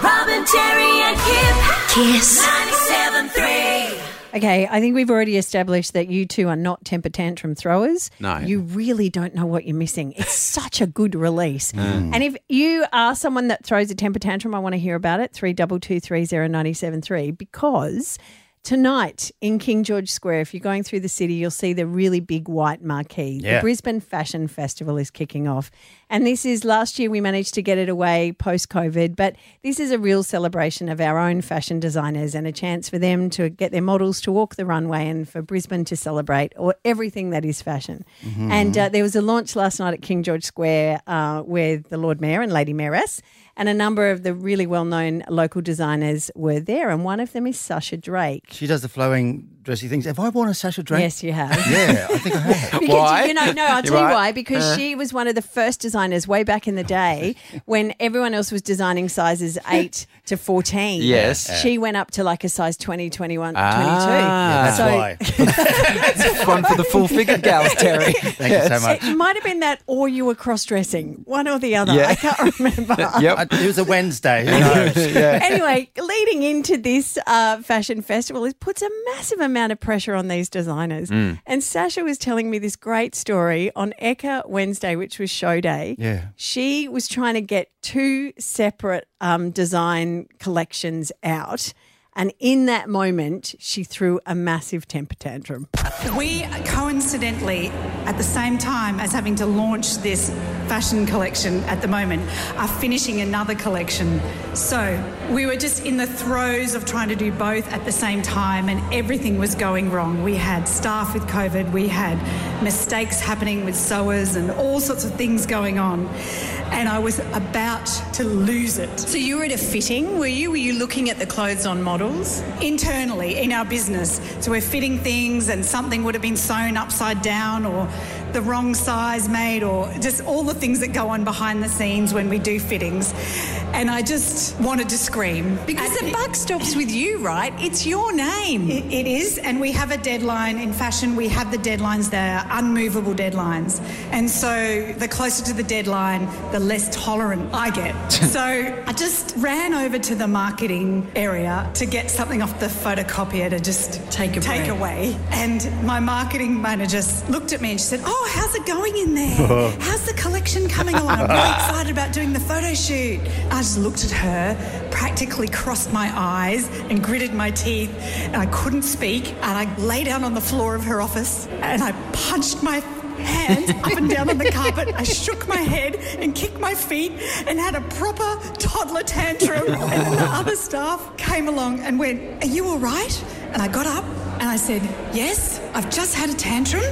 Robin, Terry, and Kip. Kiss. 97.3. Okay, I think we've already established that you two are not temper tantrum throwers. No. You really don't know what you're missing. It's such a good release. Mm. And if you are someone that throws a temper tantrum, I want to hear about it. 32230973 because tonight in King George Square, if you're going through the city, you'll see the really big white marquee. Yeah. The Brisbane Fashion Festival is kicking off. And this is last year we managed to get it away post COVID, but this is a real celebration of our own fashion designers and a chance for them to get their models to walk the runway and for Brisbane to celebrate or everything that is fashion. And uh, there was a launch last night at King George Square uh, with the Lord Mayor and Lady Mayoress. And a number of the really well known local designers were there. And one of them is Sasha Drake. She does the flowing dressy things. Have I worn a Sasha Drake? Yes, you have. Yeah, I think I have. Because Why? you know, no, I'll You're tell you right. Uh. why. Because she was one of the first designers way back in the day when everyone else was designing sizes eight to fourteen. Yes. she went up to like a size 20, 21, Ah. That's 22. So why. One for the full figure gals, Terry. Thank you so much. It might have been that, or you were cross dressing, one or the other. Yeah. I can't remember. I, Yep. Uh, it was a Wednesday. Who knows? anyway, leading into this uh, fashion festival, it puts a massive amount of pressure on these designers. And Sasha was telling me this great story on Eka Wednesday, which was show day. Yeah. She was trying to get two separate um, design collections out. And in that moment, she threw a massive temper tantrum. We coincidentally, at the same time as having to launch this fashion collection at the moment, are finishing another collection. So we were just in the throes of trying to do both at the same time, and everything was going wrong. We had staff with COVID, we had mistakes happening with sewers, and all sorts of things going on. And I was about to lose it. So you were at a fitting, were you? Were you looking at the clothes on models? internally in our business. So we're fitting things and something would have been sewn upside down or the wrong size made or just all the things that go on behind the scenes when we do fittings. And I just wanted to scream. Because And the buck stops with you, right? It's your name. it- it is, and we have a deadline in fashion. We have the deadlines, they're unmovable deadlines. And so the closer to the deadline, the less tolerant I get. so I just ran over to the marketing area to get something off the photocopier to just Take a take break. away. And my marketing manager s- looked at me and she said, Oh, how's it going in there? How's the collection coming along? I'm really excited about doing the photo shoot. I just looked at her, practically crossed my eyes and gritted my teeth, and I couldn't speak. And I lay down on the floor of her office and I punched my hands up and down on the carpet. I shook my head and kicked my feet and had a proper toddler tantrum. And then the other staff came along and went, Are you all right? And I got up and I said, Yes, I've just had a tantrum,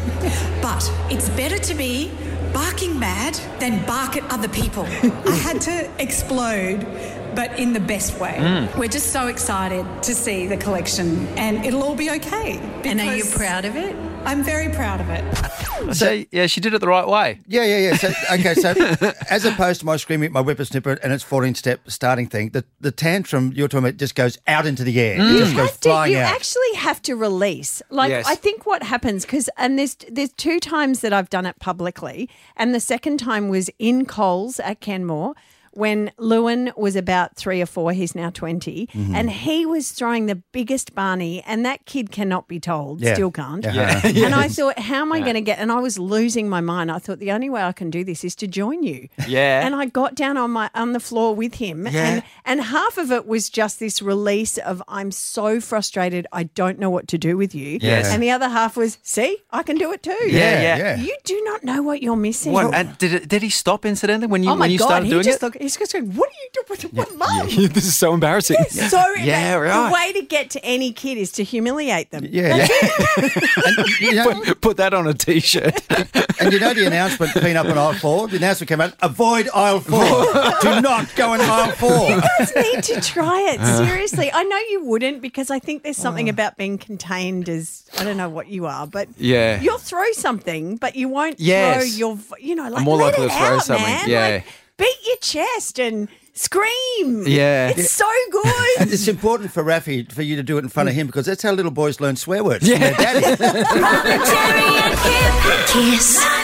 but it's better to be barking mad than bark at other people. I had to explode. But in the best way. We're just so excited to see the collection and it'll all be okay. And are you because proud of it? I'm very proud of it. So, yeah, she did it the right way. Yeah, yeah, yeah. So, okay, so as opposed to my screaming at my whippersnapper and its 14 step starting thing, the, the tantrum you're talking about just goes out into the air. It just goes have to- flying Mm. you out. actually have to release. Like Yes. I think what happens because and there's there's two times that I've done it publicly, and the second time was in Coles at Canmore. When Lewin was about three or four, he's now 20, Mm-hmm. and he was throwing the biggest Barney, and that kid cannot be told, Yeah. still can't. Yeah. And I thought, how am I going to get? And I was losing my mind. I thought the only way I can do this is to join you. Yeah. And I got down on my on the floor with him, and and half of it was just this release of I'm so frustrated, I don't know what to do with you. Yes. And the other half was, see, I can do it too. Yeah, yeah. yeah. You do not know what you're missing. What, and did, it, did he stop incidentally when you oh my when you god! started he doing just it? looked- he's just going, what are you doing? What, what mum? this is so embarrassing. So Yeah, that- right. the way to get to any kid is to humiliate them. yeah, yeah. and, you know, Put, put that on a t-shirt. and you know the announcement being up on aisle four? The announcement came out avoid aisle four. do not go in aisle four. guys need to try it Uh. seriously. I know you wouldn't because I think there's something Oh. about being contained as I don't know what you are, but Yeah. you'll throw something, but you won't throw Yes. your v- you know like more let likely it to throw out, something. Man. Yeah. Like, beat your chest and scream. Yeah. it's so good. And it's important for Rafi for you to do it in front of him because that's how little boys learn swear words. Yeah. Robin, Terry, and Kip. Kiss.